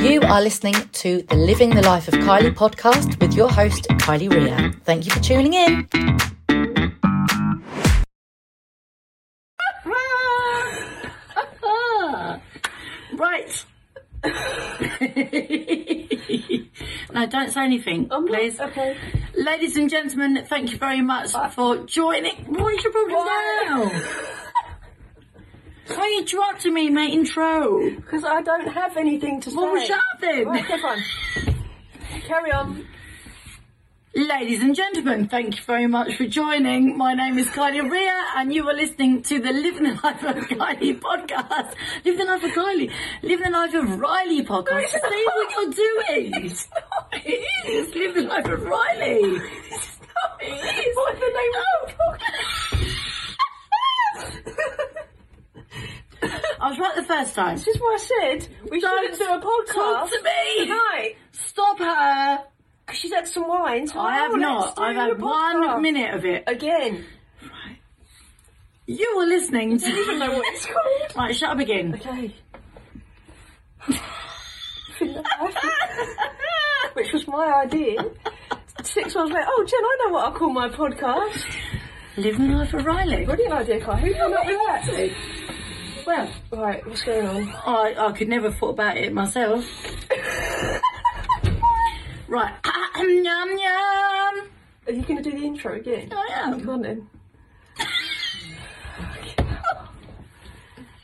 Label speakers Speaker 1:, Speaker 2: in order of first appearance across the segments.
Speaker 1: You are listening to the Living the Life of Kylie podcast with your host, Kylie Ria. Thank you for tuning in.
Speaker 2: Right. no, don't say anything, please.
Speaker 3: Okay.
Speaker 2: Ladies and gentlemen, thank you very much for joining. Why is your problem now? Why are you interrupting me in my intro?
Speaker 3: Because I don't have anything to say.
Speaker 2: Well, shut up then.
Speaker 3: Right, go on. Carry on.
Speaker 2: Ladies and gentlemen, thank you very much for joining. My name is Kylie Ria, and you are listening to the Living the Life of Kylie podcast. Living the Life of Kylie. Living the Life of Riley podcast. See what you're doing. It's not. It is. Live the Life of Riley. It's not. It is. What's the name of I was right the first time.
Speaker 3: This is what I said. We
Speaker 2: Don't
Speaker 3: shouldn't do a podcast.
Speaker 2: talk to me.
Speaker 3: Tonight.
Speaker 2: Stop her.
Speaker 3: 'Cause she's had some wine. So
Speaker 2: I have
Speaker 3: now let's
Speaker 2: not.
Speaker 3: do
Speaker 2: I've
Speaker 3: the
Speaker 2: had one
Speaker 3: podcast.
Speaker 2: minute of it.
Speaker 3: Again.
Speaker 2: You were listening
Speaker 3: I don't even
Speaker 2: to.
Speaker 3: know what it's called.
Speaker 2: Right, shut up again.
Speaker 3: Okay. Which was my idea. Six months later, oh, Jen, I know what I call my podcast.
Speaker 2: Living life of Riley.
Speaker 3: Brilliant idea, Kai. Who came up with that?
Speaker 2: Well,
Speaker 3: Right, what's going on?
Speaker 2: I, I could never have thought about it myself. right. Yum yum.
Speaker 3: Are you going to do the intro again?
Speaker 2: I am.
Speaker 3: Come on then.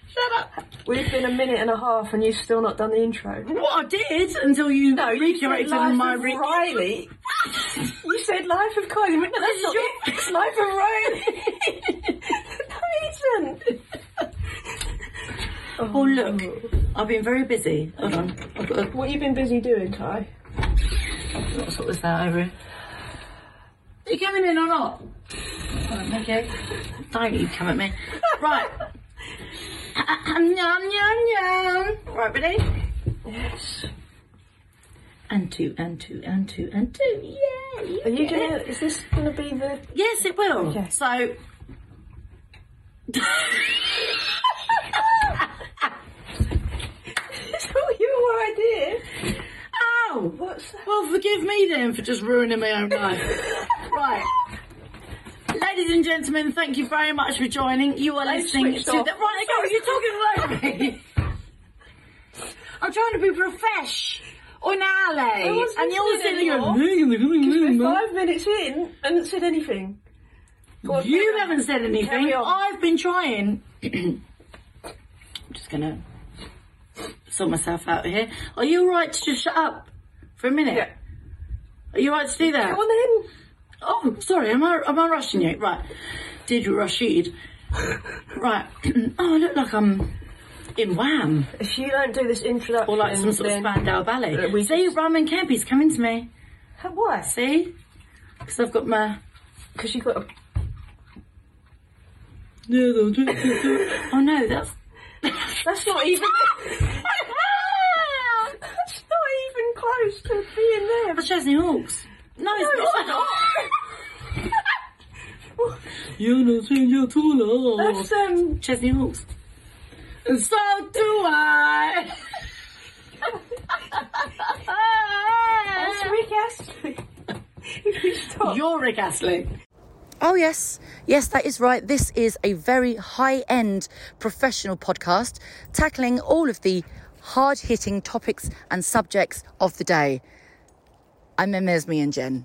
Speaker 2: Shut up.
Speaker 3: We've been a minute and a half and you've still not done the intro.
Speaker 2: What I did until you
Speaker 3: No, you said
Speaker 2: recurated
Speaker 3: Life
Speaker 2: on my
Speaker 3: of
Speaker 2: re-
Speaker 3: Riley. you said Life of Kylie. No, that's not it. It's Life of Riley. no, it isn't.
Speaker 2: Oh look, I've been very busy. Hold on. I've got a,
Speaker 3: What you been busy doing, Kai?
Speaker 2: what was that over? here? Are you coming in or not? Oh, okay. Don't you come at me. Right. Yum yum yum. Right, ready?
Speaker 3: Yes.
Speaker 2: And two, and two, and two, and two. Yay!
Speaker 3: Are you gonna? Is this gonna be the?
Speaker 2: Yes, it will.
Speaker 3: Okay.
Speaker 2: So.
Speaker 3: It's not your idea.
Speaker 2: Ow!
Speaker 3: What's that?
Speaker 2: oh, Well, forgive me then for just ruining my own life. right. Ladies and gentlemen, thank you very much for joining. You are listening
Speaker 3: switched
Speaker 2: to
Speaker 3: off.
Speaker 2: the. Right, go, you're talking over me. I'm trying to be profesh on alley.
Speaker 3: wasn't
Speaker 2: And you're sitting
Speaker 3: listening
Speaker 2: there.
Speaker 3: We're
Speaker 2: going,
Speaker 3: five minutes in and it said anything. Go on,
Speaker 2: You
Speaker 3: carry on.
Speaker 2: haven't said anything.
Speaker 3: Carry on.
Speaker 2: I've been trying. I'm just gonna sort myself out here. Are you alright to just shut up for a minute?
Speaker 3: Yeah.
Speaker 2: Are you alright to do that?
Speaker 3: Go on then.
Speaker 2: Oh, sorry. Am I am I rushing you? Right. Did you Rashid? right. oh, I look like I'm in Wham
Speaker 3: If you don't do this introduction,
Speaker 2: or like some sort of
Speaker 3: then
Speaker 2: Spandau Ballet.
Speaker 3: Uh, we
Speaker 2: See, Ramen Kempi's coming to me.
Speaker 3: How- Why?
Speaker 2: See, because I've got my.
Speaker 3: Because you've got a
Speaker 2: oh no, that's
Speaker 3: That's not even. Ah! That's not even close to being there.
Speaker 2: That's Chesney Hawks. No, it's
Speaker 3: it's
Speaker 2: not. You're not in your tool.
Speaker 3: That's um.
Speaker 2: Chesney Hawks. And so do I.
Speaker 3: That's Rick Astley. If you stop.
Speaker 2: You're Rick Astley.
Speaker 1: Oh, yes. Yes, that is right. This is a very high end professional podcast tackling all of the hard hitting topics and subjects of the day. I mean, there's me and Jen.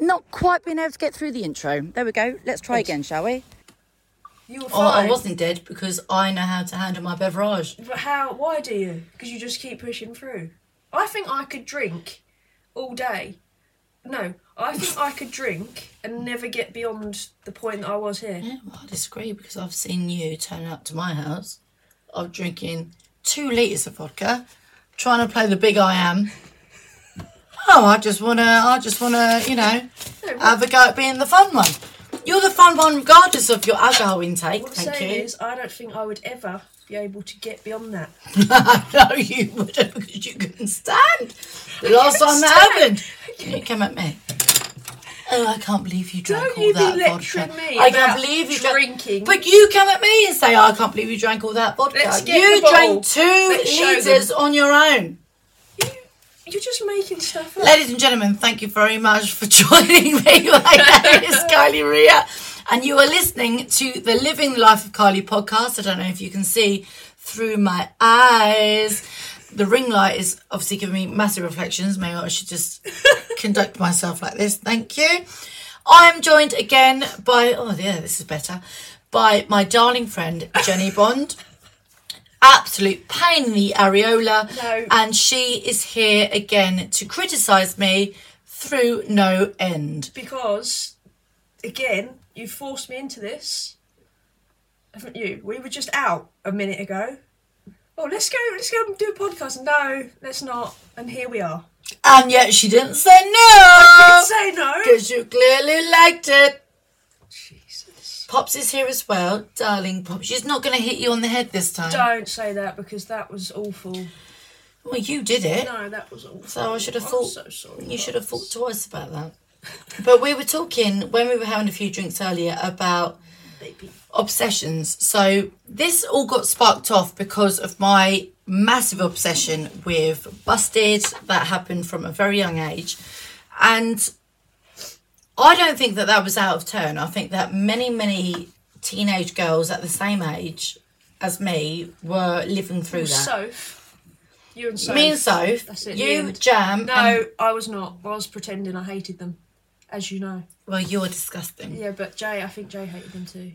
Speaker 1: Not quite being able to get through the intro. There we go. Let's try again, shall we?
Speaker 3: You're
Speaker 1: Oh, I
Speaker 3: fine.
Speaker 1: wasn't dead because I know how to handle my beverage.
Speaker 3: But how? Why do you? Because you just keep pushing through. I think I could drink all day. No, I think I could drink and never get beyond the point that I was here.
Speaker 1: Yeah, well, I disagree because I've seen you turn up to my house. I'm drinking two litres of vodka, trying to play the big I am. Oh, I just wanna, I just wanna, you know, have a go at being the fun one. You're the fun one regardless of your alcohol intake.
Speaker 3: What I'm
Speaker 1: Thank
Speaker 3: saying
Speaker 1: you.
Speaker 3: is, I don't think I would ever be able to get beyond that.
Speaker 1: I know you wouldn't because you couldn't stand. The last time that happened, you came at me. Oh, I can't believe you drank
Speaker 3: Don't
Speaker 1: all
Speaker 3: you be
Speaker 1: that
Speaker 3: lecturing
Speaker 1: vodka.
Speaker 3: me
Speaker 1: I can't
Speaker 3: about
Speaker 1: believe you
Speaker 3: drinking.
Speaker 1: Drank, but you come at me and say, "Oh, "I can't believe you drank all that vodka."
Speaker 3: Let's get
Speaker 1: you
Speaker 3: the bottle.
Speaker 1: drank two
Speaker 3: Let's show
Speaker 1: liters on your own.
Speaker 3: You're just making stuff up.
Speaker 2: Ladies and gentlemen, thank you very much for joining me. My name is Kylie Ria, and you are listening to the Living the Life of Kylie podcast. I don't know if you can see through my eyes. The ring light is obviously giving me massive reflections. Maybe I should just conduct myself like this. Thank you. I am joined again by, oh yeah, this is better, by my darling friend Jenny Bond. Absolute pain in the areola.
Speaker 3: No.
Speaker 2: And she is here again to criticise me through no end.
Speaker 3: because again you forced me into this haven't you we were just out a minute ago oh let's go let's go and do a podcast no let's not and here we are
Speaker 2: And yet she didn't say no! Oh.
Speaker 3: Didn't say no
Speaker 2: Because you clearly liked it.
Speaker 3: jesus
Speaker 2: Pops is here as well. Darling Pops, she's not going to hit you on the head this time.
Speaker 3: don't say that because that was awful
Speaker 2: Well, you did it.
Speaker 3: no that was awful
Speaker 2: So I should have
Speaker 3: I'm
Speaker 2: thought.
Speaker 3: so sorry
Speaker 2: You should
Speaker 3: guys.
Speaker 2: have thought twice about that. But we were talking when we were having a few drinks earlier about
Speaker 3: Baby.
Speaker 2: obsessions. So this all got sparked off because of my massive obsession with Busted that happened from a very young age. And I don't think that that was out of turn. I think that many, many teenage girls at the same age as me were living through that.
Speaker 3: soph you and soph
Speaker 2: me and Soph,
Speaker 3: That's it,
Speaker 2: you,
Speaker 3: Ian.
Speaker 2: Jam,
Speaker 3: no
Speaker 2: and-
Speaker 3: i was not i was pretending i hated them as you know
Speaker 2: well, you're disgusting.
Speaker 3: Yeah, but Jay, I think Jay hated them too.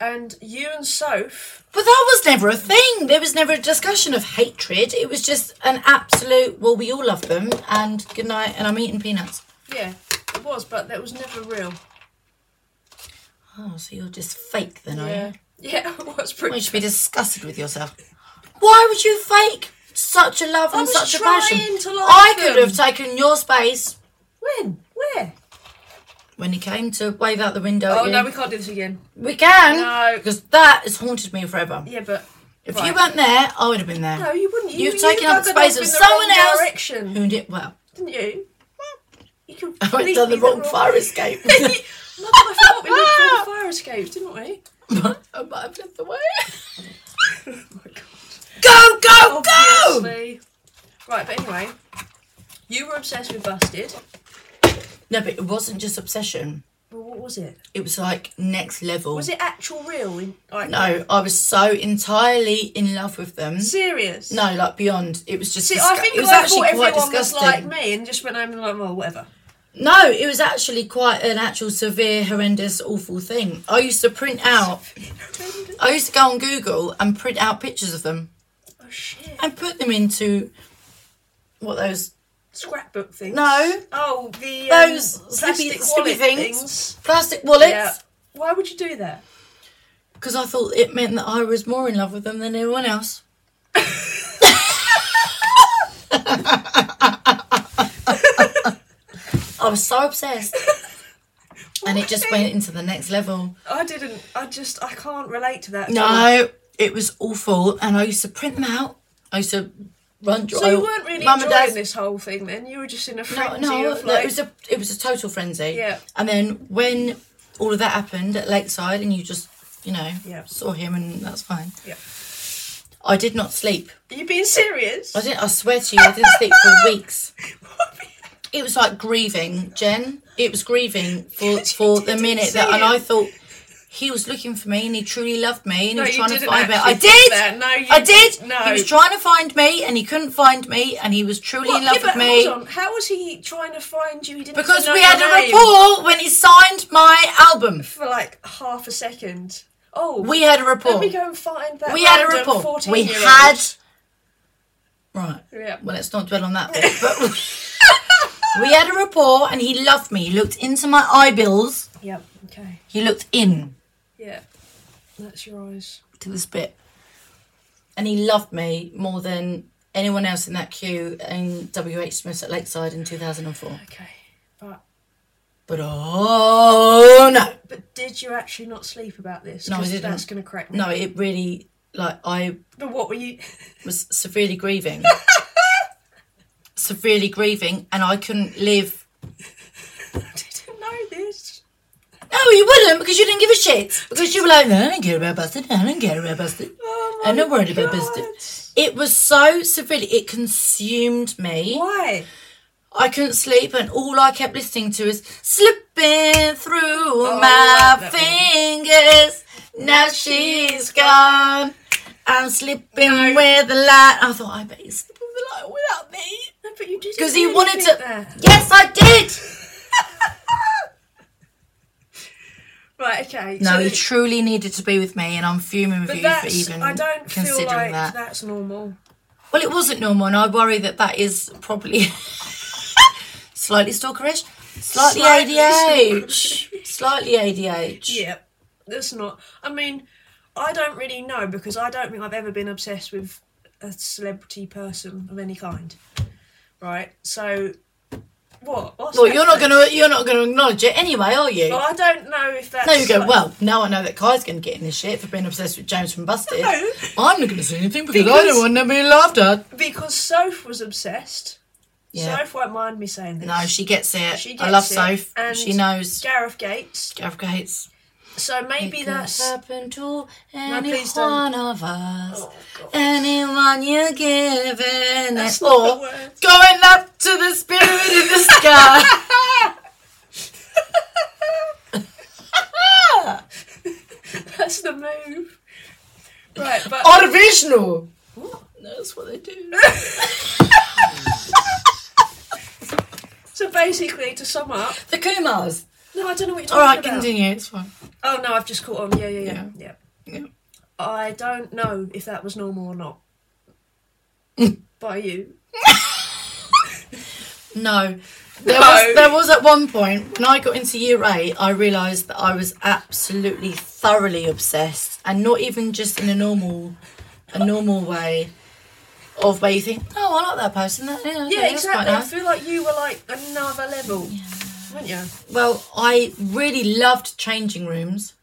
Speaker 3: And you and Soph,
Speaker 2: But that was never a thing. There was never a discussion of hatred. It was just an absolute, well, we all love them, and good night, and I'm eating peanuts.
Speaker 3: yeah, it was, but that was never real.
Speaker 2: Oh, so you're just fake then, are
Speaker 3: Yeah,
Speaker 2: you?
Speaker 3: yeah, it was
Speaker 2: Well,
Speaker 3: pretty.
Speaker 2: you should be disgusted with yourself. Why would you fake such a love and
Speaker 3: was
Speaker 2: such a passion?
Speaker 3: trying to like
Speaker 2: I could
Speaker 3: them.
Speaker 2: have taken your space
Speaker 3: When? Where?
Speaker 2: when he came to wave out the window. at
Speaker 3: Oh
Speaker 2: you.
Speaker 3: no, we can't do this again.
Speaker 2: we can.
Speaker 3: No.
Speaker 2: Because that has haunted me forever.
Speaker 3: Yeah, but
Speaker 2: If
Speaker 3: right.
Speaker 2: you weren't there, I would have been there.
Speaker 3: no, you wouldn't. You,
Speaker 2: You've taken up the
Speaker 3: buggered
Speaker 2: space
Speaker 3: off
Speaker 2: of
Speaker 3: in the
Speaker 2: someone
Speaker 3: wrong
Speaker 2: else.
Speaker 3: Direction,
Speaker 2: Who did well?
Speaker 3: didn't you? You can.
Speaker 2: I went down the wrong fire escape.
Speaker 3: Mother, I forgot we looked through the fire escape, didn't we?
Speaker 2: I might have left the way.
Speaker 3: Oh my god.
Speaker 2: Go, go, go!
Speaker 3: Obviously. Right, but anyway, you were obsessed with Busted.
Speaker 2: No, but it wasn't just obsession.
Speaker 3: Well, what was it?
Speaker 2: It was like next level.
Speaker 3: Was it actual real? In, like,
Speaker 2: No, I was so entirely in love with them.
Speaker 3: Serious?
Speaker 2: No, like beyond. It was just.
Speaker 3: See, I
Speaker 2: disgu-
Speaker 3: think
Speaker 2: it was
Speaker 3: I
Speaker 2: actually
Speaker 3: thought
Speaker 2: quite
Speaker 3: everyone was
Speaker 2: disgusting.
Speaker 3: like me and just went home and like, well, whatever.
Speaker 2: No, it was actually quite an actual severe, horrendous, awful thing. I used to print out. I used to go on Google and print out pictures of them
Speaker 3: Oh shit!
Speaker 2: and put them into what those
Speaker 3: Scrapbook things.
Speaker 2: No.
Speaker 3: Oh, the um,
Speaker 2: Those slippy-
Speaker 3: plastic
Speaker 2: slippy
Speaker 3: wallet
Speaker 2: things.
Speaker 3: things.
Speaker 2: plastic wallets.
Speaker 3: Yeah. Why would you do that?
Speaker 2: because I thought it meant that I was more in love with them than anyone else. I was so obsessed, and it just went into the next level.
Speaker 3: I didn't. I just. I can't relate to that. at all.
Speaker 2: No, it was awful, and I used to print them out. I used to run.
Speaker 3: So you weren't really
Speaker 2: Oh. Mum and
Speaker 3: enjoying
Speaker 2: Dad-
Speaker 3: this whole thing then. You were just in a
Speaker 2: No,
Speaker 3: frenzy
Speaker 2: no,
Speaker 3: of
Speaker 2: no,
Speaker 3: like.
Speaker 2: it was a it was a total frenzy.
Speaker 3: Yeah.
Speaker 2: And then when all of that happened at Lakeside, and you just you know
Speaker 3: Yeah.
Speaker 2: saw him, and that's fine.
Speaker 3: Yeah.
Speaker 2: I did not sleep.
Speaker 3: Are you being serious?
Speaker 2: I didn't. I swear to you, I didn't sleep for weeks. It was like grieving, Jen. It was grieving for for the
Speaker 3: didn't
Speaker 2: minute
Speaker 3: see
Speaker 2: that, and
Speaker 3: it.
Speaker 2: I thought he was looking for me, and he truly loved me, and
Speaker 3: No,
Speaker 2: he was
Speaker 3: you
Speaker 2: trying to
Speaker 3: didn't
Speaker 2: find me. I
Speaker 3: actually
Speaker 2: did.
Speaker 3: think that. No, you
Speaker 2: I did.
Speaker 3: No.
Speaker 2: He was trying to find me, and he couldn't find me, and he was truly
Speaker 3: What?
Speaker 2: in love
Speaker 3: Yeah,
Speaker 2: with
Speaker 3: but
Speaker 2: me.
Speaker 3: Hold on. How was he trying to find you? He didn't.
Speaker 2: Because
Speaker 3: know
Speaker 2: we had
Speaker 3: your
Speaker 2: a
Speaker 3: name
Speaker 2: rapport when he signed my album.
Speaker 3: for like half a second. Oh,
Speaker 2: We had a rapport.
Speaker 3: Let me go and find that.
Speaker 2: we had a
Speaker 3: random
Speaker 2: rapport.
Speaker 3: 14
Speaker 2: We
Speaker 3: year old.
Speaker 2: had. Right.
Speaker 3: Yeah.
Speaker 2: Well, let's not dwell on that bit. But we had a rapport, and he loved me. He looked into my eyeballs.
Speaker 3: Yep. Okay.
Speaker 2: He looked in
Speaker 3: Yeah. That's your eyes.
Speaker 2: to this bit, and he loved me more than anyone else in that queue in W. H. Smith's at Lakeside in two thousand and four.
Speaker 3: Okay. But
Speaker 2: But oh no,
Speaker 3: but did you actually not sleep about this?
Speaker 2: No, I
Speaker 3: 'Cause
Speaker 2: didn't.
Speaker 3: That's gonna crack me.
Speaker 2: no, it really like I
Speaker 3: But what were you?
Speaker 2: was severely grieving. severely grieving, and I couldn't live.
Speaker 3: I didn't know this.
Speaker 2: No, you wouldn't because you didn't give a shit. Because you were like, no, I don't care about Busted, I don't care about Busted.
Speaker 3: Oh my
Speaker 2: I'm not worried about
Speaker 3: God.
Speaker 2: Busted. It was so severely, it consumed me.
Speaker 3: Why?
Speaker 2: I couldn't sleep, and all I kept listening to is slipping through
Speaker 3: I
Speaker 2: my
Speaker 3: like that
Speaker 2: fingers. Now she's gone. I'm slipping with the light. I thought I bet he's slipping with the light without me.
Speaker 3: No, but you did.
Speaker 2: Because he wanted to. Yes, I did.
Speaker 3: Right. Okay.
Speaker 2: No,
Speaker 3: so
Speaker 2: he
Speaker 3: the-
Speaker 2: truly needed to be with me, and I'm fuming with
Speaker 3: But
Speaker 2: you for
Speaker 3: that's.
Speaker 2: even
Speaker 3: I don't feel
Speaker 2: considering
Speaker 3: like
Speaker 2: that.
Speaker 3: that's normal.
Speaker 2: Well, it wasn't normal, and I worry that that is probably slightly stalkerish, slightly,
Speaker 3: Slightly
Speaker 2: ADH, slightly ADH.
Speaker 3: Yeah, that's not. I mean, I don't really know because I don't think I've ever been obsessed with a celebrity person of any kind. Right. So, what? What's
Speaker 2: Well,
Speaker 3: that
Speaker 2: you're not
Speaker 3: then?
Speaker 2: gonna you're not gonna acknowledge it anyway, are you?
Speaker 3: Well, I don't know if that's.
Speaker 2: no, you go.
Speaker 3: like-
Speaker 2: Well, now I know that Kai's gonna get in this shit for being obsessed with James from Busted.
Speaker 3: No.
Speaker 2: I'm not gonna say anything because, I
Speaker 3: Because-
Speaker 2: don't want to be laughed at.
Speaker 3: Because Soph was obsessed.
Speaker 2: Yeah.
Speaker 3: Soph won't mind me saying this.
Speaker 2: No, she gets it.
Speaker 3: She
Speaker 2: I
Speaker 3: gets
Speaker 2: love
Speaker 3: it,
Speaker 2: Soph.
Speaker 3: and
Speaker 2: she knows.
Speaker 3: Gareth Gates.
Speaker 2: Gareth Gates.
Speaker 3: So maybe
Speaker 2: It could
Speaker 3: that's.
Speaker 2: happen to any
Speaker 3: please don't.
Speaker 2: one of us.
Speaker 3: Oh, God.
Speaker 2: Anyone you're giving
Speaker 3: That's
Speaker 2: it
Speaker 3: not the
Speaker 2: all.
Speaker 3: word.
Speaker 2: Going up to the spirit in the sky.
Speaker 3: That's the move. Right, but
Speaker 2: Or Vishnu.
Speaker 3: What?
Speaker 2: That's what they do.
Speaker 3: so basically, to sum up,
Speaker 2: the Kumars.
Speaker 3: no, I don't know what you're talking
Speaker 2: All right,
Speaker 3: about.
Speaker 2: continue. It's fine.
Speaker 3: Oh no, I've just caught on. Yeah, yeah, yeah, yeah.
Speaker 2: Yeah.
Speaker 3: I don't know if that was normal or not. By you.
Speaker 2: No. There
Speaker 3: No.
Speaker 2: was there was at one point when I got into year eight, I realised that I was absolutely thoroughly obsessed, and not even just in a normal, a normal way, of where you think, oh, I like that person. That, yeah, okay,
Speaker 3: Yeah,
Speaker 2: that's quite
Speaker 3: exactly. I
Speaker 2: nice."
Speaker 3: feel like you were like another level, weren't you?
Speaker 2: Well, I really loved changing rooms.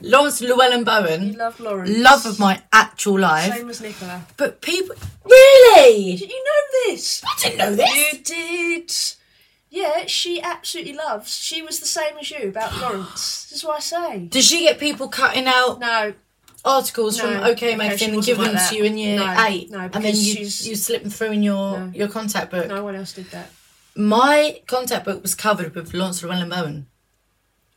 Speaker 2: Lawrence Llewellyn
Speaker 3: You
Speaker 2: Bowen,
Speaker 3: love Lawrence.
Speaker 2: love of my actual life,
Speaker 3: Same as Nicola.
Speaker 2: but people really.
Speaker 3: Did you know this?
Speaker 2: I didn't know this.
Speaker 3: You did. Yeah, she absolutely loves. She was the same as you about Lawrence. This is what I say.
Speaker 2: Does she get people cutting out
Speaker 3: No,
Speaker 2: articles
Speaker 3: No,
Speaker 2: from
Speaker 3: okay,
Speaker 2: OK
Speaker 3: she
Speaker 2: Magazine and
Speaker 3: wasn't
Speaker 2: giving
Speaker 3: like
Speaker 2: them
Speaker 3: that.
Speaker 2: to you in year
Speaker 3: No,
Speaker 2: eight,
Speaker 3: no,
Speaker 2: and then
Speaker 3: because
Speaker 2: you
Speaker 3: she's-
Speaker 2: you slip them through in your
Speaker 3: No.
Speaker 2: your contact book?
Speaker 3: no one else did that.
Speaker 2: My contact book was covered with Lawrence Llewellyn Bowen.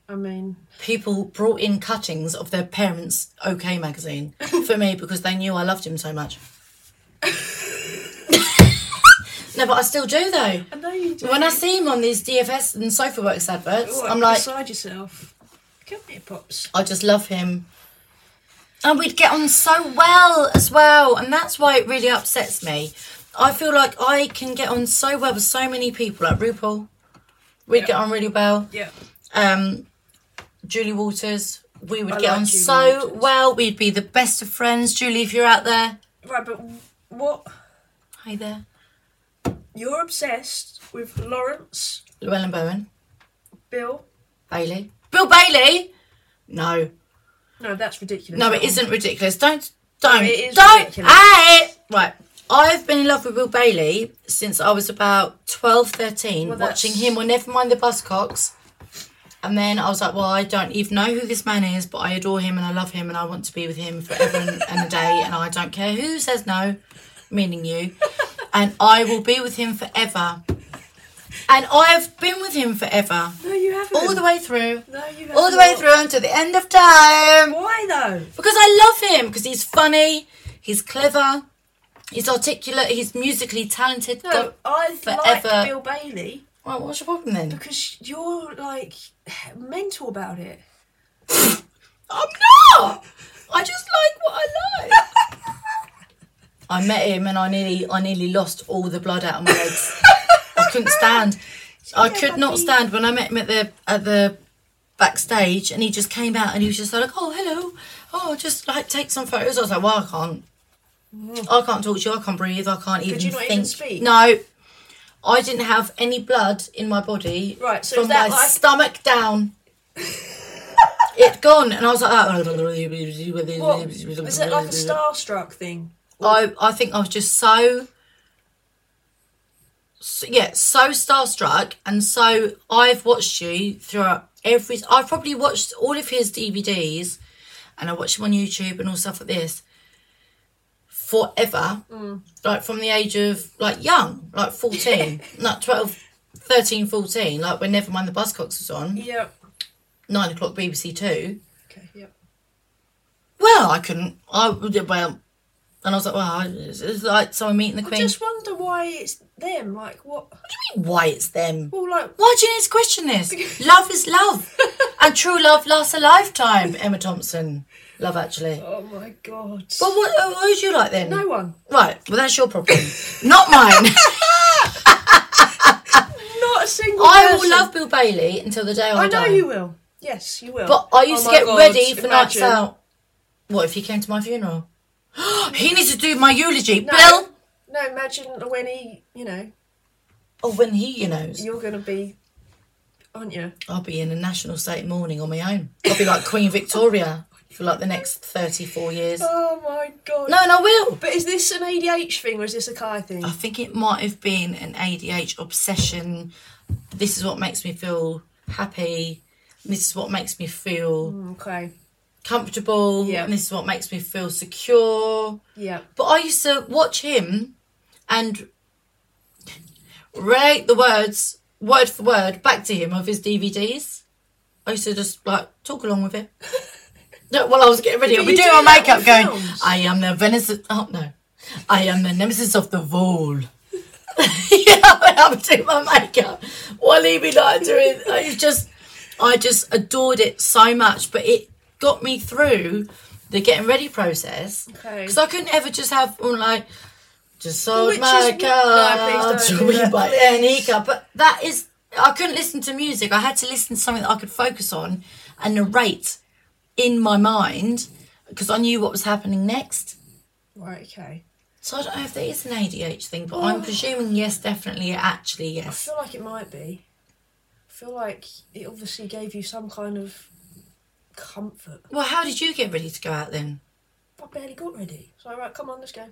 Speaker 3: I mean,
Speaker 2: people brought in cuttings of their parents' OK magazine for me because they knew I loved him so much. no, but I still do though.
Speaker 3: I know you do.
Speaker 2: When I see him on these DFS and Sofa Works adverts,
Speaker 3: You're
Speaker 2: I'm like,
Speaker 3: beside yourself. Come here, pops.
Speaker 2: I just love him. And we'd get on so well as well, and that's why it really upsets me. I feel like I can get on so well with so many people, like RuPaul. We'd
Speaker 3: Yeah.
Speaker 2: get on really well.
Speaker 3: Yeah.
Speaker 2: um, Julie Waters. We would
Speaker 3: I
Speaker 2: get
Speaker 3: like
Speaker 2: on
Speaker 3: Julie
Speaker 2: so
Speaker 3: Walters.
Speaker 2: well. We'd be the best of friends. Julie, if you're out there,
Speaker 3: Right, but what?
Speaker 2: hi there,
Speaker 3: You're obsessed with Lawrence,
Speaker 2: Llewellyn Bowen,
Speaker 3: Bill.
Speaker 2: Bailey, Bill Bailey. No,
Speaker 3: No, that's ridiculous.
Speaker 2: no, it isn't ridiculous. Don't, don't,
Speaker 3: it is
Speaker 2: don't.
Speaker 3: ridiculous.
Speaker 2: Hey, right. I've been in love with Bill Bailey since I was about 12, 13,
Speaker 3: Well, that's-
Speaker 2: watching him on Nevermind the Buzzcocks. And then I was like, well, I don't even know who this man is, but I adore him and I love him and I want to be with him forever and, and a day. And I don't care who says no, meaning you. And I will be with him forever. And I've been with him forever,
Speaker 3: No, you haven't.
Speaker 2: all the way through,
Speaker 3: No, you haven't.
Speaker 2: all the way through until the end of time.
Speaker 3: Why though?
Speaker 2: Because I love him. Because he's funny. He's clever. He's articulate. He's musically talented.
Speaker 3: No,
Speaker 2: God-
Speaker 3: I
Speaker 2: forever.
Speaker 3: like Bill Bailey
Speaker 2: Well, what's your problem then?
Speaker 3: because you're like mental about it.
Speaker 2: I'm not. I just like what I like. I met him and I nearly, I nearly lost all the blood out of my legs. I couldn't stand. I could not stand when I met him at the at the backstage, and he just came out and he was just like, "Oh, hello. Oh, just like take some photos." I was like, "Well, I can't. I can't talk to you. I can't breathe. I can't even
Speaker 3: Mm. you not
Speaker 2: think."
Speaker 3: even speak?
Speaker 2: No. I didn't have any blood in my body.
Speaker 3: Right, so
Speaker 2: from
Speaker 3: is that
Speaker 2: my
Speaker 3: like-
Speaker 2: stomach down. it gone, and I was like, oh.
Speaker 3: What was it like a starstruck thing?
Speaker 2: I, I think I was just so, so, yeah, so starstruck, and so I've watched you throughout every. I've probably watched all of his DVDs, and I watched him on YouTube and all stuff like this. Forever,
Speaker 3: Mm.
Speaker 2: like from the age of like young, like fourteen, not 12, 13, 14, like when Nevermind the Buzzcocks was on,
Speaker 3: Yep.
Speaker 2: nine o'clock BBC Two.
Speaker 3: Okay. Yep.
Speaker 2: Well, I couldn't. I would- well, and I was like, well, it's, it's like someone meeting the
Speaker 3: I
Speaker 2: Queen.
Speaker 3: just wonder why it's them. Like what?
Speaker 2: Why it's them?
Speaker 3: Well, like
Speaker 2: Why do you need to question this? love is love, and true love lasts a lifetime. Emma Thompson, Love Actually.
Speaker 3: oh my god.
Speaker 2: Well, what, uh, who would you like then?
Speaker 3: no one.
Speaker 2: Right. Well, that's your problem, not mine.
Speaker 3: Not a single.
Speaker 2: I will
Speaker 3: person.
Speaker 2: love Bill Bailey until the day I,
Speaker 3: I know
Speaker 2: die.
Speaker 3: you will. Yes, you will.
Speaker 2: But I used
Speaker 3: Oh
Speaker 2: to
Speaker 3: my
Speaker 2: get
Speaker 3: God,
Speaker 2: ready for nights
Speaker 3: imagine.
Speaker 2: out. What if he came to my funeral? he needs to do my eulogy, Bill.
Speaker 3: No, imagine when he, you know,
Speaker 2: Or oh, when he, you know,
Speaker 3: you're gonna be, aren't you?
Speaker 2: I'll be in a national state mourning on my own. I'll be like Queen Victoria for like the next 34 years.
Speaker 3: Oh my god.
Speaker 2: No, and I will.
Speaker 3: But is this an ADH thing or is this a Kai thing?
Speaker 2: I think it might have been an ADH obsession. This is what makes me feel happy. This is what makes me feel
Speaker 3: Mm, Okay.
Speaker 2: comfortable.
Speaker 3: Yeah.
Speaker 2: And this is what makes me feel secure.
Speaker 3: Yeah.
Speaker 2: But I used to watch him and relate the words, word for word, back to him of his DVDs. I used to just like talk along with it. No, while I was getting ready, I'll be
Speaker 3: you
Speaker 2: doing my
Speaker 3: do that
Speaker 2: makeup
Speaker 3: with
Speaker 2: going,
Speaker 3: films.
Speaker 2: I am the Venice. Oh, no. I am the nemesis of the vole. you know, and I would do my makeup while he'd be like doing. I just, I just adored it so much, but it got me through the getting ready process
Speaker 3: Okay.
Speaker 2: because I couldn't ever just have all like just sold
Speaker 3: Which
Speaker 2: my
Speaker 3: is- no,
Speaker 2: car,
Speaker 3: please don't
Speaker 2: shall
Speaker 3: do
Speaker 2: we
Speaker 3: that,
Speaker 2: buy any car? But that is, I couldn't listen to music. I had to listen to something that I could focus on and narrate in my mind because I knew what was happening next.
Speaker 3: Right. Okay.
Speaker 2: So I don't know if there is an ADH thing, but
Speaker 3: Oh.
Speaker 2: I'm presuming yes, definitely, actually
Speaker 3: I
Speaker 2: yes.
Speaker 3: feel like it might be. I feel like it obviously gave you some kind of comfort.
Speaker 2: Well, how did you get ready to go out then?
Speaker 3: I barely got ready. So right, come on, let's go.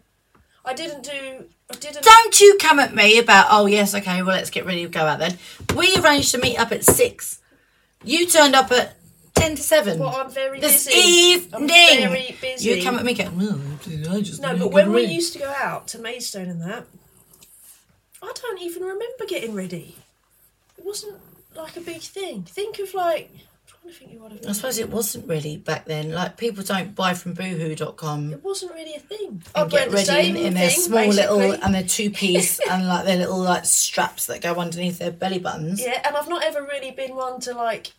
Speaker 3: I didn't do. I didn't.
Speaker 2: Don't you come at me about oh yes, okay, well let's get ready to go out then. We arranged to meet up at six. You turned up at ten to seven.
Speaker 3: Well, I'm very
Speaker 2: this
Speaker 3: busy.
Speaker 2: evening.
Speaker 3: I'm very busy.
Speaker 2: You come at me and go, "Oh, did I just
Speaker 3: No,
Speaker 2: make
Speaker 3: but
Speaker 2: a
Speaker 3: when we
Speaker 2: ring?"
Speaker 3: used to go out to Maidstone and that, I don't even remember getting ready. It wasn't like a big thing. Think of like. I'm trying to think you would
Speaker 2: I
Speaker 3: have.
Speaker 2: suppose it wasn't really back then. Like people don't buy from boohoo.com
Speaker 3: It wasn't really a thing.
Speaker 2: and get
Speaker 3: wear the
Speaker 2: ready in,
Speaker 3: same
Speaker 2: in their
Speaker 3: thing,
Speaker 2: small little
Speaker 3: basically.
Speaker 2: and their two piece and like their little like straps that go underneath their belly buttons.
Speaker 3: Yeah, and I've not ever really been one to like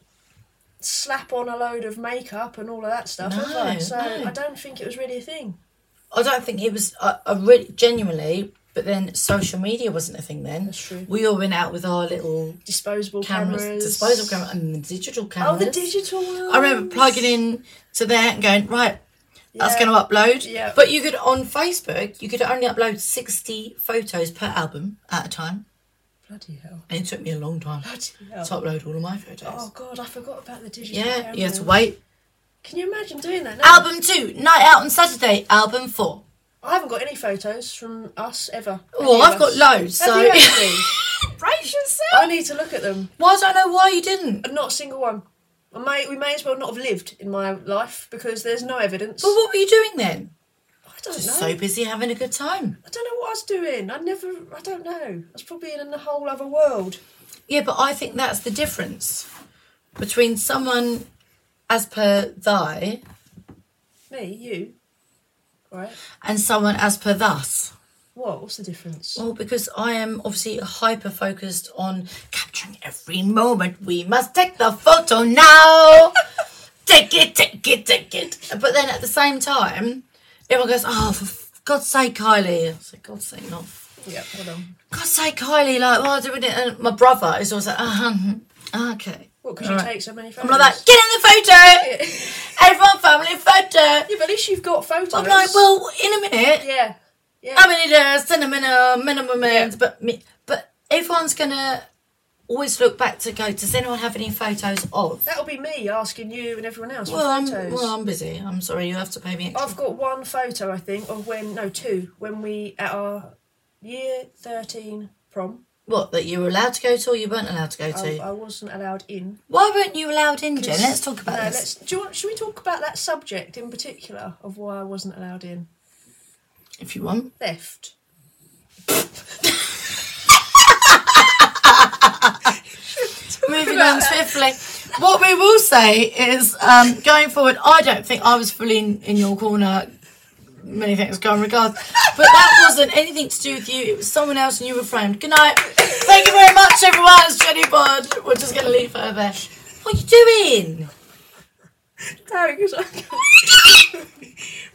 Speaker 3: slap on a load of makeup and all of that stuff. have I?
Speaker 2: No,
Speaker 3: So
Speaker 2: no.
Speaker 3: I don't think it was really a thing.
Speaker 2: I don't think it was I, I really genuinely, but then social media wasn't a thing then.
Speaker 3: That's true.
Speaker 2: We all went out with our little
Speaker 3: Disposable
Speaker 2: cameras,
Speaker 3: cameras,
Speaker 2: disposable camera, and the digital
Speaker 3: Oh,
Speaker 2: cameras.
Speaker 3: the digital one.
Speaker 2: I remember plugging in to there and going right. That's
Speaker 3: Yeah.
Speaker 2: going to upload.
Speaker 3: Yeah.
Speaker 2: But you could on Facebook, you could only upload sixty photos per album at a time,
Speaker 3: Bloody hell!
Speaker 2: and it took me a long time
Speaker 3: Bloody
Speaker 2: to
Speaker 3: hell!
Speaker 2: upload all of my photos.
Speaker 3: Oh god, I forgot about the digital.
Speaker 2: yeah,
Speaker 3: cameras.
Speaker 2: you had to wait.
Speaker 3: Can you imagine doing that? Now?
Speaker 2: Album two, night out on Saturday. Album four.
Speaker 3: I haven't got any photos from us ever.
Speaker 2: Well,
Speaker 3: Any of
Speaker 2: I've got
Speaker 3: us.
Speaker 2: loads.
Speaker 3: Have
Speaker 2: So
Speaker 3: you actually?
Speaker 2: brace yourself.
Speaker 3: I need to look at them.
Speaker 2: Why don't I know why you didn't?
Speaker 3: Not a single one. I may, we may as well not have lived in my life because there's no evidence.
Speaker 2: Well, what were you doing then?
Speaker 3: I don't know.
Speaker 2: Just so busy having a good time.
Speaker 3: I don't know what I was doing. I never. I don't know. I was probably in a whole other world.
Speaker 2: Yeah, but I think that's the difference between someone as per thy
Speaker 3: Me, you, right?
Speaker 2: and someone as per thus.
Speaker 3: What? What's the difference?
Speaker 2: Well, because I am obviously hyper focused on capturing every moment. We must take the photo now. take it, take it, take it. But then at the same time, everyone goes, "Oh, for f- God's sake, Kylie!" I was like, "God's sake, not
Speaker 3: Yeah, hold on.
Speaker 2: God's sake, Kylie!" Like, why doing it? And my brother is always like, uh "Okay."
Speaker 3: What? Because you take so many
Speaker 2: I'm
Speaker 3: photos.
Speaker 2: like that. Get in the photo. Everyone, family photo.
Speaker 3: yeah, but at least you've got photos.
Speaker 2: I'm like, well, in a minute.
Speaker 3: Yeah. Yeah.
Speaker 2: how many days, cinnamon, uh, minimum ends, but me, but everyone's gonna always look back to go. Does anyone have any photos of?
Speaker 3: That'll be me asking you and everyone else
Speaker 2: Well, I'm
Speaker 3: for photos.
Speaker 2: well, I'm busy. I'm sorry, you have to pay me. Extra.
Speaker 3: I've got one photo, I think, of when no two when we at our year thirteen prom.
Speaker 2: What, that you were allowed to go to or you weren't allowed to go
Speaker 3: I,
Speaker 2: to?
Speaker 3: I wasn't allowed in.
Speaker 2: Why weren't you allowed in, Jen? Let's talk about
Speaker 3: no,
Speaker 2: this.
Speaker 3: Let's, do you want, should we talk about that subject in particular of why I wasn't allowed in?
Speaker 2: If you want.
Speaker 3: Theft.
Speaker 2: Moving
Speaker 3: about
Speaker 2: on swiftly. What we will say is, um, going forward, I don't think I was fully in, in your corner. Many thanks, gone regards. But that wasn't anything to do with you. It was someone else, and you were framed. Good night. Thank you very much, everyone. It's Jenny Bond. We're just going to leave her there. What are you doing?
Speaker 3: No, because I.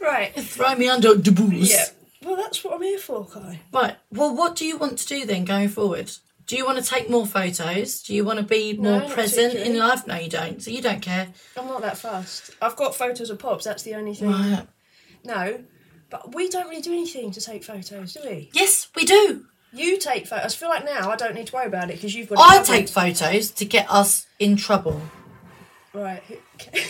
Speaker 3: right.
Speaker 2: Throw me under the bus.
Speaker 3: Yeah. Well, that's what I'm here for, Kai.
Speaker 2: Right. Well, what do you want to do then going forward? Do you want to take more photos? Do you want to be more
Speaker 3: not
Speaker 2: present in
Speaker 3: particularly.
Speaker 2: life? No, you don't. So you don't care.
Speaker 3: I'm not that fast. I've got photos of pops. That's the only thing.
Speaker 2: Right.
Speaker 3: No, but we don't really do anything to take photos, do we?
Speaker 2: Yes, we do.
Speaker 3: You take photos. I feel like now I don't need to worry about it because you've got. it
Speaker 2: I
Speaker 3: covered.
Speaker 2: take photos to get us in trouble.
Speaker 3: Right. okay.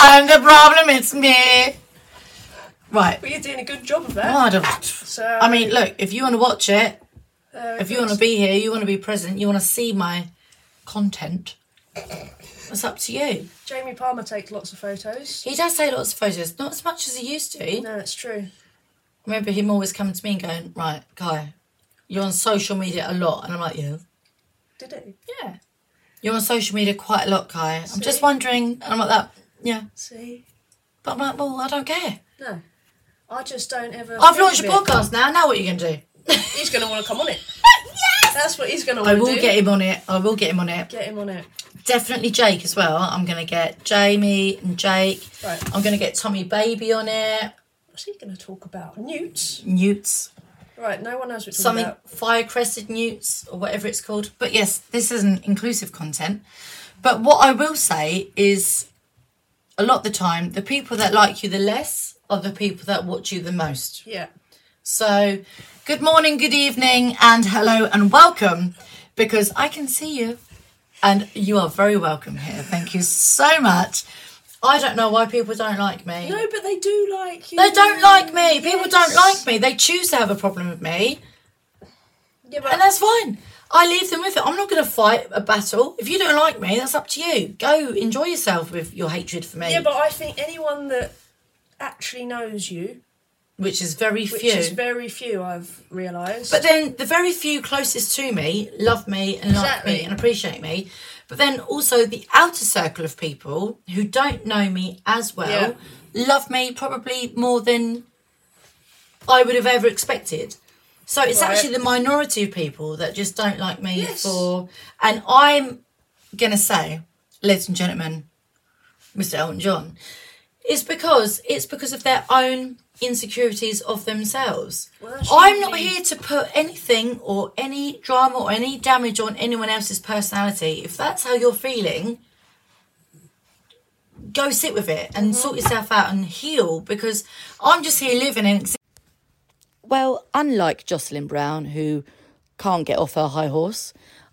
Speaker 2: and the problem is me. Right.
Speaker 3: But you're doing a good job of
Speaker 2: Well,
Speaker 3: that.
Speaker 2: I don't.
Speaker 3: So
Speaker 2: I mean, look. If you want to watch it,
Speaker 3: uh,
Speaker 2: if you want to be here, you want to be present, you want to see my content. That's up to you.
Speaker 3: Jamie Palmer takes lots of photos.
Speaker 2: He does take lots of photos, not as much as he used to.
Speaker 3: No, that's true.
Speaker 2: remember him always coming to me and going, Right, Guy, you're on social media a lot. And I'm like, Yeah.
Speaker 3: Did it?
Speaker 2: Yeah. You're on social media quite a lot, Guy. I'm just
Speaker 3: See?
Speaker 2: wondering. And I'm like, That, yeah.
Speaker 3: See?
Speaker 2: But I'm like, Well, I don't care.
Speaker 3: No. I just don't ever.
Speaker 2: I've
Speaker 3: think
Speaker 2: launched a
Speaker 3: of it.
Speaker 2: podcast now. Now what are you going to do?
Speaker 3: He's going to want to come on it. That's what he's going to
Speaker 2: I
Speaker 3: want to
Speaker 2: will
Speaker 3: do.
Speaker 2: get him on it. I will get him on it.
Speaker 3: Get him on it.
Speaker 2: Definitely Jake as well. I'm going to get Jamie and Jake.
Speaker 3: Right.
Speaker 2: I'm going to get Tommy Baby on it.
Speaker 3: What's he going to talk about? Newts.
Speaker 2: Newts.
Speaker 3: Right. No one knows what talking
Speaker 2: something
Speaker 3: about.
Speaker 2: fire crested newts or whatever it's called. But yes, this isn't inclusive content. But what I will say is a lot of the time, the people that like you the less are the people that watch you the most.
Speaker 3: Yeah.
Speaker 2: So, good morning, good evening, and hello and welcome because I can see you and you are very welcome here. Thank you so much. I don't know why people don't like me.
Speaker 3: No, but they do like you.
Speaker 2: They don't like me. People don't
Speaker 3: Yes.
Speaker 2: like me. They choose to have a problem with me.
Speaker 3: Yeah, but
Speaker 2: And that's fine. I leave them with it. I'm not going to fight a battle. If you don't like me, that's up to you. Go enjoy yourself with your hatred for me,
Speaker 3: Yeah, but I think anyone that actually knows you,
Speaker 2: which is very
Speaker 3: which
Speaker 2: few.
Speaker 3: is very few, I've realised.
Speaker 2: but then the very few closest to me love me and like
Speaker 3: Exactly.
Speaker 2: me and appreciate me. But then also the outer circle of people who don't know me as well love me probably more than I would have ever expected. So it's
Speaker 3: Right.
Speaker 2: actually the minority of people that just don't like me
Speaker 3: Yes.
Speaker 2: for. And I'm gonna say, ladies and gentlemen, Mr. Elton John, it's because it's because of their own insecurities of themselves.
Speaker 3: Well, that's
Speaker 2: I'm not
Speaker 3: lovely.
Speaker 2: here to put anything or any drama or any damage on anyone else's personality. If that's how you're feeling, go sit with it and
Speaker 3: Mm-hmm.
Speaker 2: sort yourself out and heal because I'm just here living and
Speaker 4: Well, unlike Jocelyn Brown, who can't get off her high horse,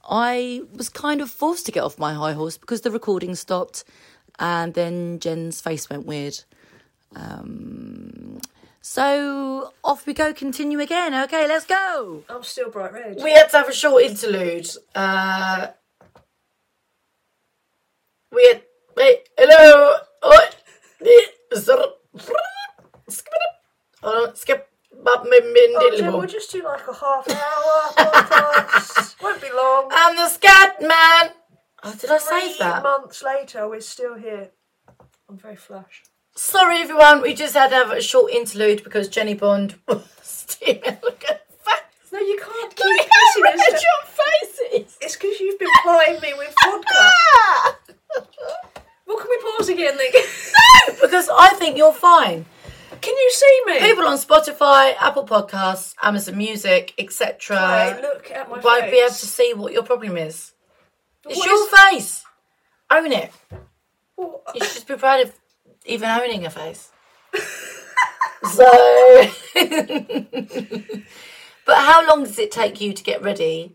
Speaker 4: I was kind of forced to get off my high horse because the recording stopped and then Jen's face went weird. Um, so off we go, continue again. Okay, let's go.
Speaker 3: I'm still bright red.
Speaker 2: we had to have a short interlude. Uh, we had. Wait, hello. Oh, eh, zr- skip it. Oh, skip. bop, me, me,
Speaker 3: Oh,
Speaker 2: diddly
Speaker 3: Jen, we'll
Speaker 2: bop.
Speaker 3: just do like a half an hour podcast. Won't be long.
Speaker 2: I'm the scat man. Oh, did I
Speaker 3: Three
Speaker 2: Uh, save that?
Speaker 3: months later, we're still here. I'm very flush.
Speaker 2: Sorry, everyone. We just had to have a short interlude because Jenny Bond was steaming. Look at her face.
Speaker 3: No, you can't keep
Speaker 2: Look how
Speaker 3: kissing
Speaker 2: red
Speaker 3: us. Jen.
Speaker 2: your face is.
Speaker 3: It's because you've been plying me with vodka.
Speaker 2: Ah!
Speaker 3: Well, can we pause again then?
Speaker 2: because I think you're fine.
Speaker 3: can you see me?
Speaker 2: people on Spotify, Apple Podcasts, Amazon Music,
Speaker 3: Right,
Speaker 2: etc.
Speaker 3: look at my
Speaker 2: Won't be able to
Speaker 3: face.
Speaker 2: see what your problem is. It's
Speaker 3: What
Speaker 2: your
Speaker 3: is-
Speaker 2: face. Own it.
Speaker 3: Well,
Speaker 2: You should be proud of even owning a face. so, but how long does it take you to get ready?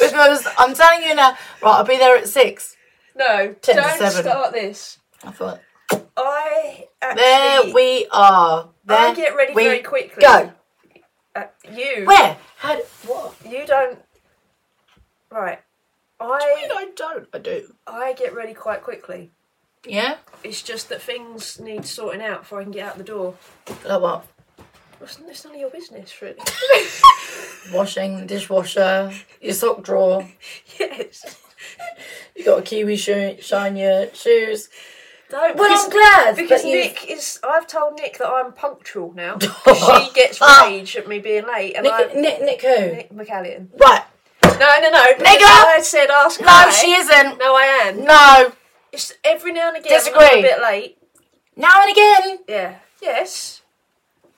Speaker 2: because I'm telling you now, right? I'll be there at six.
Speaker 3: No,
Speaker 2: Ten to
Speaker 3: don't
Speaker 2: seven.
Speaker 3: start this.
Speaker 2: I thought
Speaker 3: I
Speaker 2: There
Speaker 3: actually.
Speaker 2: we are. There
Speaker 3: I get ready
Speaker 2: we
Speaker 3: very quickly.
Speaker 2: Go.
Speaker 3: Uh, you.
Speaker 2: Where? How? d- What?
Speaker 3: You don't. Right.
Speaker 2: I mean,
Speaker 3: I
Speaker 2: I don't. I do.
Speaker 3: I get ready quite quickly.
Speaker 2: Yeah.
Speaker 3: It's just that things need sorting out before I can get out the door.
Speaker 2: Like what?
Speaker 3: It's, it's none of your business, really.
Speaker 2: Washing, dishwasher, your sock drawer.
Speaker 3: yes.
Speaker 2: You got a kiwi shoe, shine your shoes.
Speaker 3: Don't.
Speaker 2: Well,
Speaker 3: because-
Speaker 2: I'm glad
Speaker 3: Because
Speaker 2: that you've-
Speaker 3: Nick is. I've told Nick that I'm punctual now. 'Cause she gets rage at me being late, and
Speaker 2: Oh. Nick,
Speaker 3: I.
Speaker 2: Nick, Nick who?
Speaker 3: Nick McCallion.
Speaker 2: Right.
Speaker 3: No, no, no. because I said ask.
Speaker 2: No,
Speaker 3: why.
Speaker 2: she isn't.
Speaker 3: No, I am.
Speaker 2: No.
Speaker 3: It's every now and again. I'm
Speaker 2: Disagree.
Speaker 3: a bit late.
Speaker 2: Now and again.
Speaker 3: Yeah. Yes.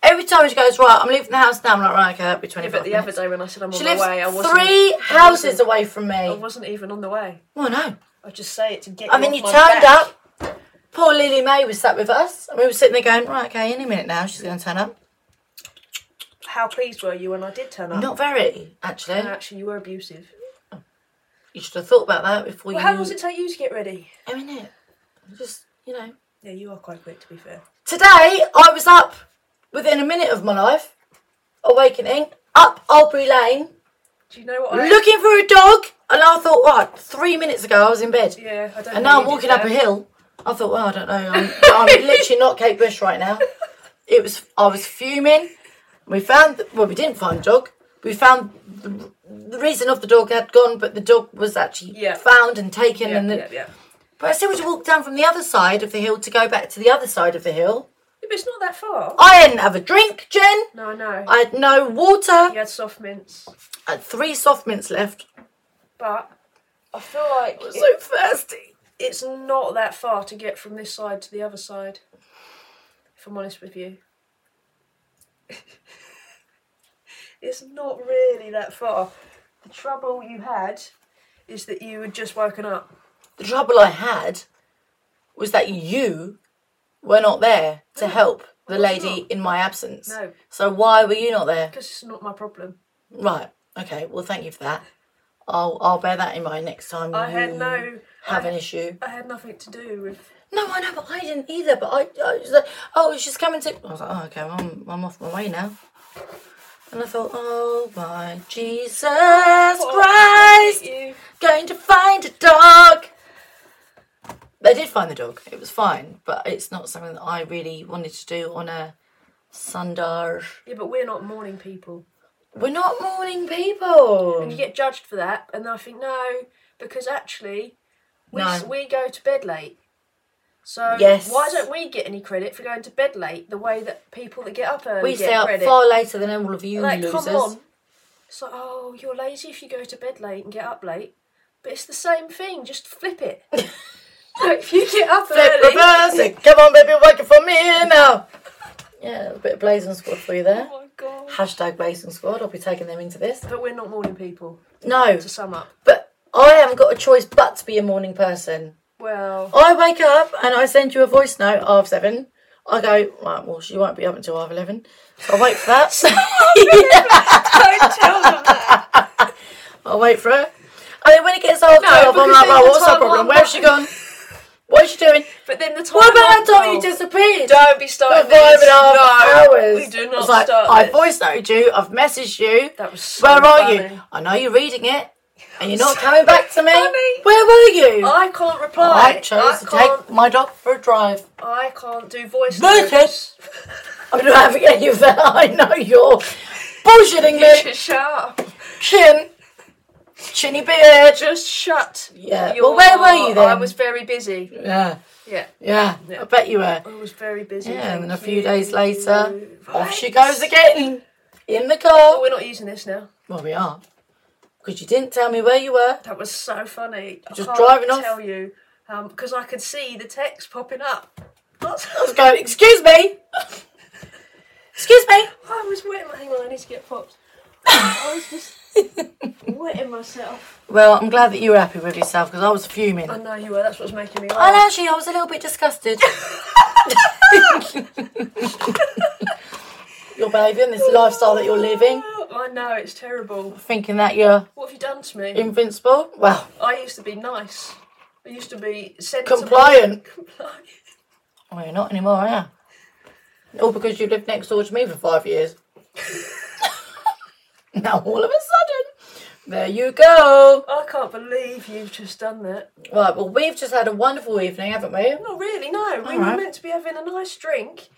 Speaker 2: Every time she goes, right, I'm leaving the house now. I'm like, right, okay, that'll be 25
Speaker 3: But the
Speaker 2: minutes.
Speaker 3: other day when I said I'm on
Speaker 2: She
Speaker 3: my
Speaker 2: lives
Speaker 3: way, I wasn't.
Speaker 2: three houses away from
Speaker 3: I
Speaker 2: me.
Speaker 3: wasn't even on the way.
Speaker 2: Well, no.
Speaker 3: I just say it to get.
Speaker 2: I mean, you
Speaker 3: off my
Speaker 2: turned
Speaker 3: back.
Speaker 2: up. Poor Lily May was sat with us, and we were sitting there going, right, okay, any minute now she's going to turn up.
Speaker 3: How pleased were you when I did turn up?
Speaker 2: Not very, actually.
Speaker 3: And actually, you were abusive.
Speaker 2: You should have thought about that before
Speaker 3: Well,
Speaker 2: you.
Speaker 3: how long does it take you to get ready?
Speaker 2: I mean, it. Just, you know.
Speaker 3: Yeah, you are quite quick, to be fair.
Speaker 2: Today, I was up within a minute of my life, awakening, up Albury Lane,
Speaker 3: Do you know what? I...
Speaker 2: looking for a dog, and I thought, right, three minutes ago I was in bed.
Speaker 3: Yeah, I don't.
Speaker 2: And
Speaker 3: know
Speaker 2: now
Speaker 3: you
Speaker 2: I'm
Speaker 3: did
Speaker 2: walking up a
Speaker 3: that.
Speaker 2: hill. I thought, well, I don't know. I'm, I'm literally not Kate Bush right now. It was. I was fuming. We found. The, well, we didn't find the dog. We found the, the reason of the dog had gone, but the dog was actually
Speaker 3: Yeah.
Speaker 2: found and taken.
Speaker 3: Yeah,
Speaker 2: and the,
Speaker 3: yeah, yeah.
Speaker 2: but I still had to walk down from the other side of the hill to go back to the other side of the hill.
Speaker 3: But it's not that far.
Speaker 2: I didn't have a drink, Jen.
Speaker 3: No, I know.
Speaker 2: I had no water.
Speaker 3: You had soft mints,
Speaker 2: I had three soft mints left.
Speaker 3: but I feel like
Speaker 2: I was
Speaker 3: it-
Speaker 2: so thirsty.
Speaker 3: it's not that far to get from this side to the other side. If I'm honest with you, it's not really that far. The trouble you had is that you had just woken up.
Speaker 2: The trouble I had was that you were not there to help the lady in my absence.
Speaker 3: No.
Speaker 2: So why were you not there?
Speaker 3: Because it's not my problem.
Speaker 2: Right. Okay. Well, thank you for that. I'll I'll bear that in mind next time.
Speaker 3: I had
Speaker 2: you
Speaker 3: no-
Speaker 2: have an issue.
Speaker 3: I had nothing to do with.
Speaker 2: No, I know, but I didn't either. But I, I was like, oh, she's coming to. I was like, oh, okay, well, I'm I'm off my way now. And I thought, oh my Jesus Christ,
Speaker 3: Oh, You.
Speaker 2: going to find a dog. They did find the dog. It was fine, but it's not something that I really wanted to do on a Sunday.
Speaker 3: Yeah, but we're not morning people.
Speaker 2: We're not morning people.
Speaker 3: You get judged for that, and I think no, because actually, we,
Speaker 2: No.
Speaker 3: we go to bed late. So
Speaker 2: Yes.
Speaker 3: why don't we get any credit for going to bed late the way that people that get up early
Speaker 2: We
Speaker 3: get
Speaker 2: stay up
Speaker 3: credit?
Speaker 2: far later than all of you
Speaker 3: like,
Speaker 2: losers.
Speaker 3: come on. It's like, oh, you're lazy if you go to bed late and get up late. But it's the same thing, just flip it. Like, if you get up
Speaker 2: Flip
Speaker 3: early.
Speaker 2: reverse it. Come on, baby, working for me now. Yeah, a bit of blazing squad for you there.
Speaker 3: Oh my god.
Speaker 2: Hashtag blazing squad. I'll be taking them into this.
Speaker 3: But we're not morning people,
Speaker 2: No,
Speaker 3: to sum up.
Speaker 2: but I haven't got a choice but to be a morning person.
Speaker 3: Well,
Speaker 2: I wake up and I send you a voice note half seven. I go right. Well, she won't be up until half eleven. So I wait for that.
Speaker 3: don't tell them that.
Speaker 2: I will wait for her. And then when it gets half twelve, I'm
Speaker 3: because
Speaker 2: like,
Speaker 3: then
Speaker 2: right,
Speaker 3: the
Speaker 2: what's her
Speaker 3: time
Speaker 2: problem?
Speaker 3: I'm
Speaker 2: Where's she gone? What is she doing?
Speaker 3: But then the time.
Speaker 2: What about
Speaker 3: I'm
Speaker 2: that time you
Speaker 3: told-
Speaker 2: disappeared?
Speaker 3: Don't be
Speaker 2: for five
Speaker 3: starting. this.
Speaker 2: and a half
Speaker 3: no,
Speaker 2: hours.
Speaker 3: We do
Speaker 2: I was
Speaker 3: not
Speaker 2: like,
Speaker 3: start.
Speaker 2: I
Speaker 3: this.
Speaker 2: voice noted you. I've messaged you.
Speaker 3: That was so
Speaker 2: Where are
Speaker 3: funny.
Speaker 2: you? I know you're reading it, and you're not coming back to me.
Speaker 3: funny.
Speaker 2: Where were you?
Speaker 3: I can't reply.
Speaker 2: I chose to
Speaker 3: can't,
Speaker 2: take my dog for a drive.
Speaker 3: I can't do voice
Speaker 2: Look
Speaker 3: notes.
Speaker 2: I'm not having any of that. I know you're bullshitting
Speaker 3: You
Speaker 2: me.
Speaker 3: should shut up.
Speaker 2: Chin, chinny beard.
Speaker 3: Just shut.
Speaker 2: Yeah. Well,
Speaker 3: your-
Speaker 2: where were you then?
Speaker 3: I was very busy.
Speaker 2: Yeah,
Speaker 3: Yeah,
Speaker 2: yeah. I bet you were.
Speaker 3: I was very busy.
Speaker 2: Yeah, and then a
Speaker 3: thank
Speaker 2: few
Speaker 3: you.
Speaker 2: days later, off
Speaker 3: Right.
Speaker 2: she goes again in the car.
Speaker 3: Oh, we're not using this now.
Speaker 2: Well, we are. Because you didn't tell me where you were.
Speaker 3: That was so funny. I
Speaker 2: Just
Speaker 3: can't
Speaker 2: driving off.
Speaker 3: Tell you, because I could see the text popping up. That's-
Speaker 2: I was going, excuse me. excuse me.
Speaker 3: I was wetting. Hang on, I need to get popped. I was just wetting myself.
Speaker 2: Well, I'm glad that you were happy with yourself because I was fuming.
Speaker 3: I
Speaker 2: And
Speaker 3: know you were. That's what's making me laugh.
Speaker 2: actually, I was a little bit disgusted. your behaviour and this lifestyle that you're living,
Speaker 3: I know it's terrible.
Speaker 2: thinking that you're
Speaker 3: What have you done to me?
Speaker 2: invincible. Well,
Speaker 3: I used to be nice. I used to be sensible.
Speaker 2: compliant.
Speaker 3: Compliant.
Speaker 2: Well, you're not anymore, are All because you lived next door to me for five years. now all of a sudden, there you go.
Speaker 3: I can't believe you've just done that.
Speaker 2: Right, well, we've just had a wonderful evening, haven't we?
Speaker 3: Not really, no. We
Speaker 2: right.
Speaker 3: were meant to be having a nice drink,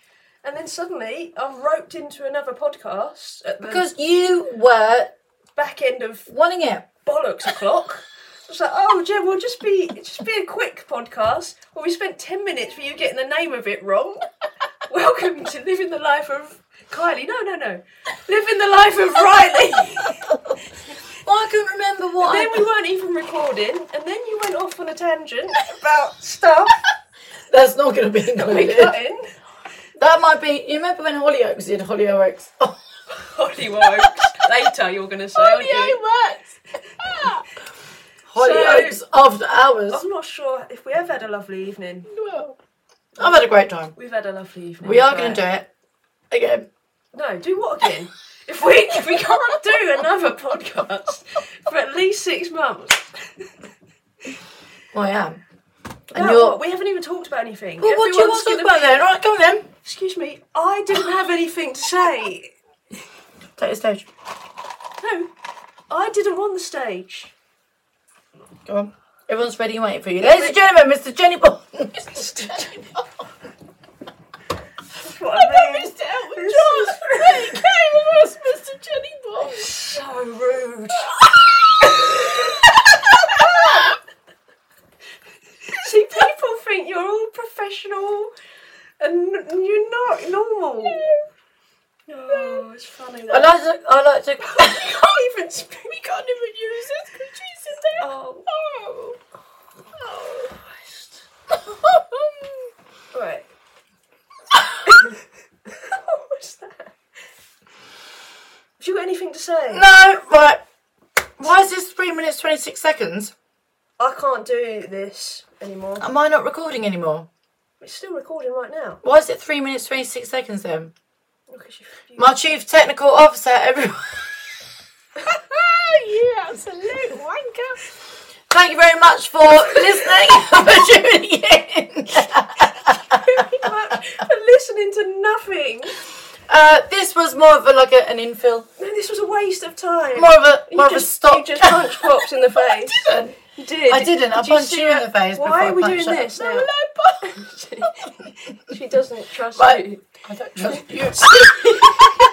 Speaker 3: and then suddenly I'm roped into another podcast at the
Speaker 2: Because you were
Speaker 3: back end of
Speaker 2: wanting it.
Speaker 3: bollocks o'clock. I was like, oh, Jen, we'll just be just be a quick podcast. Well, we spent ten minutes for you getting the name of it wrong. Welcome to living the life of Kylie. No, no, no, living the life of Riley.
Speaker 2: Well, I couldn't remember what
Speaker 3: then
Speaker 2: I...
Speaker 3: we weren't even recording, and then you went off on a tangent about stuff
Speaker 2: That's not going to be
Speaker 3: we
Speaker 2: included.
Speaker 3: cut in.
Speaker 2: that might be... You remember when Hollyoaks did Hollyoaks? Oh,
Speaker 3: Hollyoaks. Later, you're gonna say. aren't you?
Speaker 2: Hollyoaks! Hollyoaks after hours.
Speaker 3: I'm not sure if we have had a lovely evening.
Speaker 2: Well, I've had a great time.
Speaker 3: We've had a lovely evening.
Speaker 2: We are going to do it again.
Speaker 3: No, do what again? if we if we can't do another podcast for at least six months,
Speaker 2: I am. And
Speaker 3: No,
Speaker 2: you're.
Speaker 3: we haven't even talked about anything.
Speaker 2: Well, what do you
Speaker 3: Everyone's
Speaker 2: want to talk
Speaker 3: gonna
Speaker 2: about
Speaker 3: be-
Speaker 2: then? Alright, go on then.
Speaker 3: Excuse me, I didn't have anything to say.
Speaker 2: Take the stage.
Speaker 3: No, I didn't want the stage.
Speaker 2: Go on. Everyone's ready and waiting for you. Ladies and gentlemen, Mr. Jenny Bond. Mr. Jenny Bond.
Speaker 3: That's what I, mean.
Speaker 2: Missed out with Josh. When he came, I was Mr. Jenny Bond.
Speaker 3: So rude. See, people think you're all professional, and n- you're not normal. Oh, it's funny.
Speaker 2: I
Speaker 3: That.
Speaker 2: like to. I like to.
Speaker 3: I can't even speak. We can't even use it because she's in there. Oh.
Speaker 2: oh.
Speaker 3: Christ. Right. what was that? Have you got anything to say?
Speaker 2: no, right. Why is this 3 minutes 26 seconds?
Speaker 3: I can't do this anymore.
Speaker 2: Am I not recording anymore?
Speaker 3: It's still recording right now.
Speaker 2: Why is it 3 minutes 26 seconds then?
Speaker 3: Because you, you
Speaker 2: My chief technical officer, everyone. you absolute wanker. Thank you very much for listening and for tuning in.
Speaker 3: much for listening to nothing.
Speaker 2: Uh, this was more of a, like a, an infill,
Speaker 3: No, this was a waste of time.
Speaker 2: more of a
Speaker 3: You
Speaker 2: more of a
Speaker 3: just-
Speaker 2: stop.
Speaker 3: You just punched pops in the face.
Speaker 2: didn't.
Speaker 3: You did.
Speaker 2: I didn't. I
Speaker 3: Did you
Speaker 2: punched
Speaker 3: see
Speaker 2: you in
Speaker 3: that?
Speaker 2: the face before
Speaker 3: Why
Speaker 2: I
Speaker 3: are we
Speaker 2: punched
Speaker 3: doing
Speaker 2: her.
Speaker 3: this
Speaker 2: No,
Speaker 3: now?
Speaker 2: no,
Speaker 3: She doesn't trust
Speaker 2: Right.
Speaker 3: you.
Speaker 2: I don't trust you.